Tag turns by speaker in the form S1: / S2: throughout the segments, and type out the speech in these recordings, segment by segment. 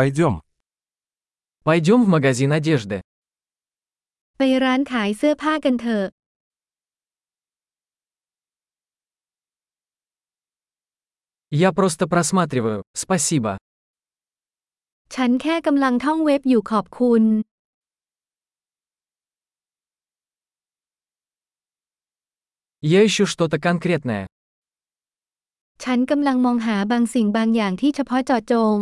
S1: Пойдем.
S2: Пойдем в магазин одежды.
S3: ไปร้านขายเสื้อผ้ากันเถอะ
S2: Я просто просматриваю, спасибо.
S3: ฉันแค่กำลังท่องเว็บอยู่ขอบคุณ
S2: Я ищу что-то конкретное.
S3: ฉันกำลังมองหาบางสิ่งบางอย่างที่เฉพาะเจาะจง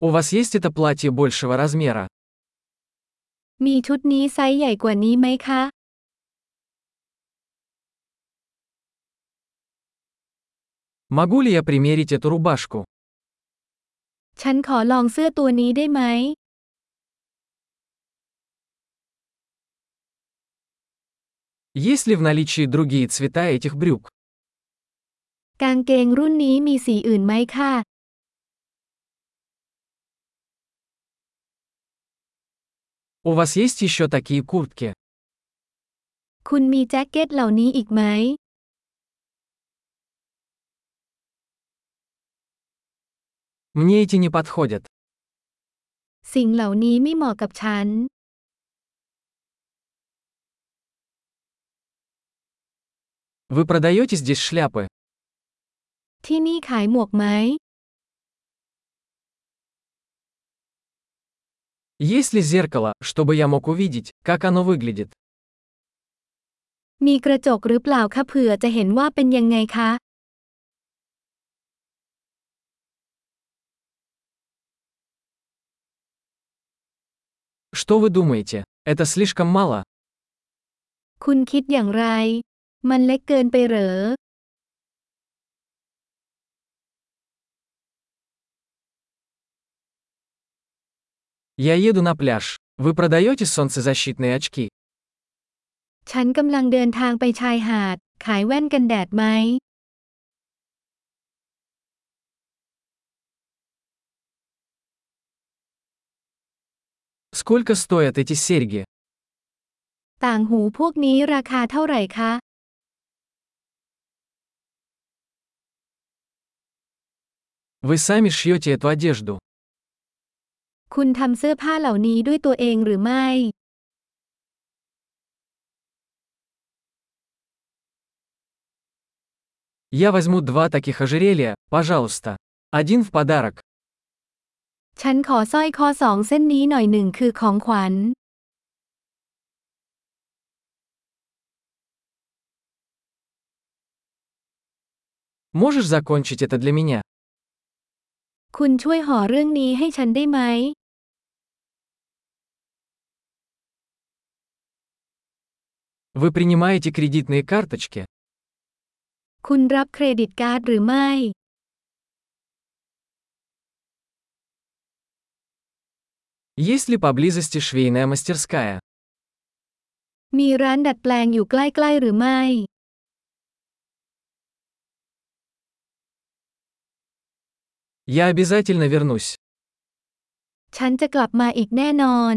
S2: У вас есть это платье большего размера?
S3: มีชุดนี้ไซส์ใหญ่กว่านี้ไหมคะ
S2: Могу ли я примерить эту рубашку?
S3: ฉันขอลองเสื้อตัวนี้ได้ไหม
S2: Есть ли в наличии другие цвета этих брюк?
S3: กางเกงรุ่นนี้มีสีอื่นไหมคะ
S2: У вас есть еще такие куртки?
S3: คุณมีแจ็คเก็ตเหล่านี้อีกไหม
S2: Мне эти не подходят.
S3: สิ่งเหล่านี้ไม่เหมาะกับฉัน
S2: Вы продаете здесь шляпы?
S3: ที่นี่ขายหมวกไหม
S2: Есть ли зеркало, чтобы я мог увидеть, как оно выглядит?
S3: มีกระจกหรือเปล่าคะเผื่อจะเห็นว่าเป็นยังไงคะ
S2: Что вы думаете? Это слишком мало?
S3: คุณคิดอย่างไร มันเล็กเกินไปเหรอ
S2: Я еду на пляж. Вы продаете солнцезащитные очки?
S3: ฉันกำลังเดินทางไปชายหาด ขายแว่นกันแดดไหม
S2: Сколько стоят эти серьги?
S3: ต่างหูพวกนี้ราคาเท่าไหร่คะ
S2: Вы сами шьете эту одежду.
S3: คุณทำเสื้อผ้าเหล่านี้ด้วยตัวเองหรือไม่
S2: Я возьму два таких ожерелья, пожалуйста. Один в подарок.
S3: ฉันขอสร้อยคอสองเส้นนี้หน่อยหนึ่งคือของขวัญ
S2: Можешь закончить это для меня?
S3: คุณช่วยห่อเรื่องนี้ให้ฉันได้ไหม
S2: Вы принимаете кредитные карточки?
S3: คุณรับเครดิตการ์ดหรือไม่
S2: Есть ли поблизости швейная мастерская?
S3: มีร้านดัดแปลงอยู่ใกล้ๆหรือไม่
S2: Я обязательно вернусь.
S3: ฉันจะกลับมาอีกแน่นอน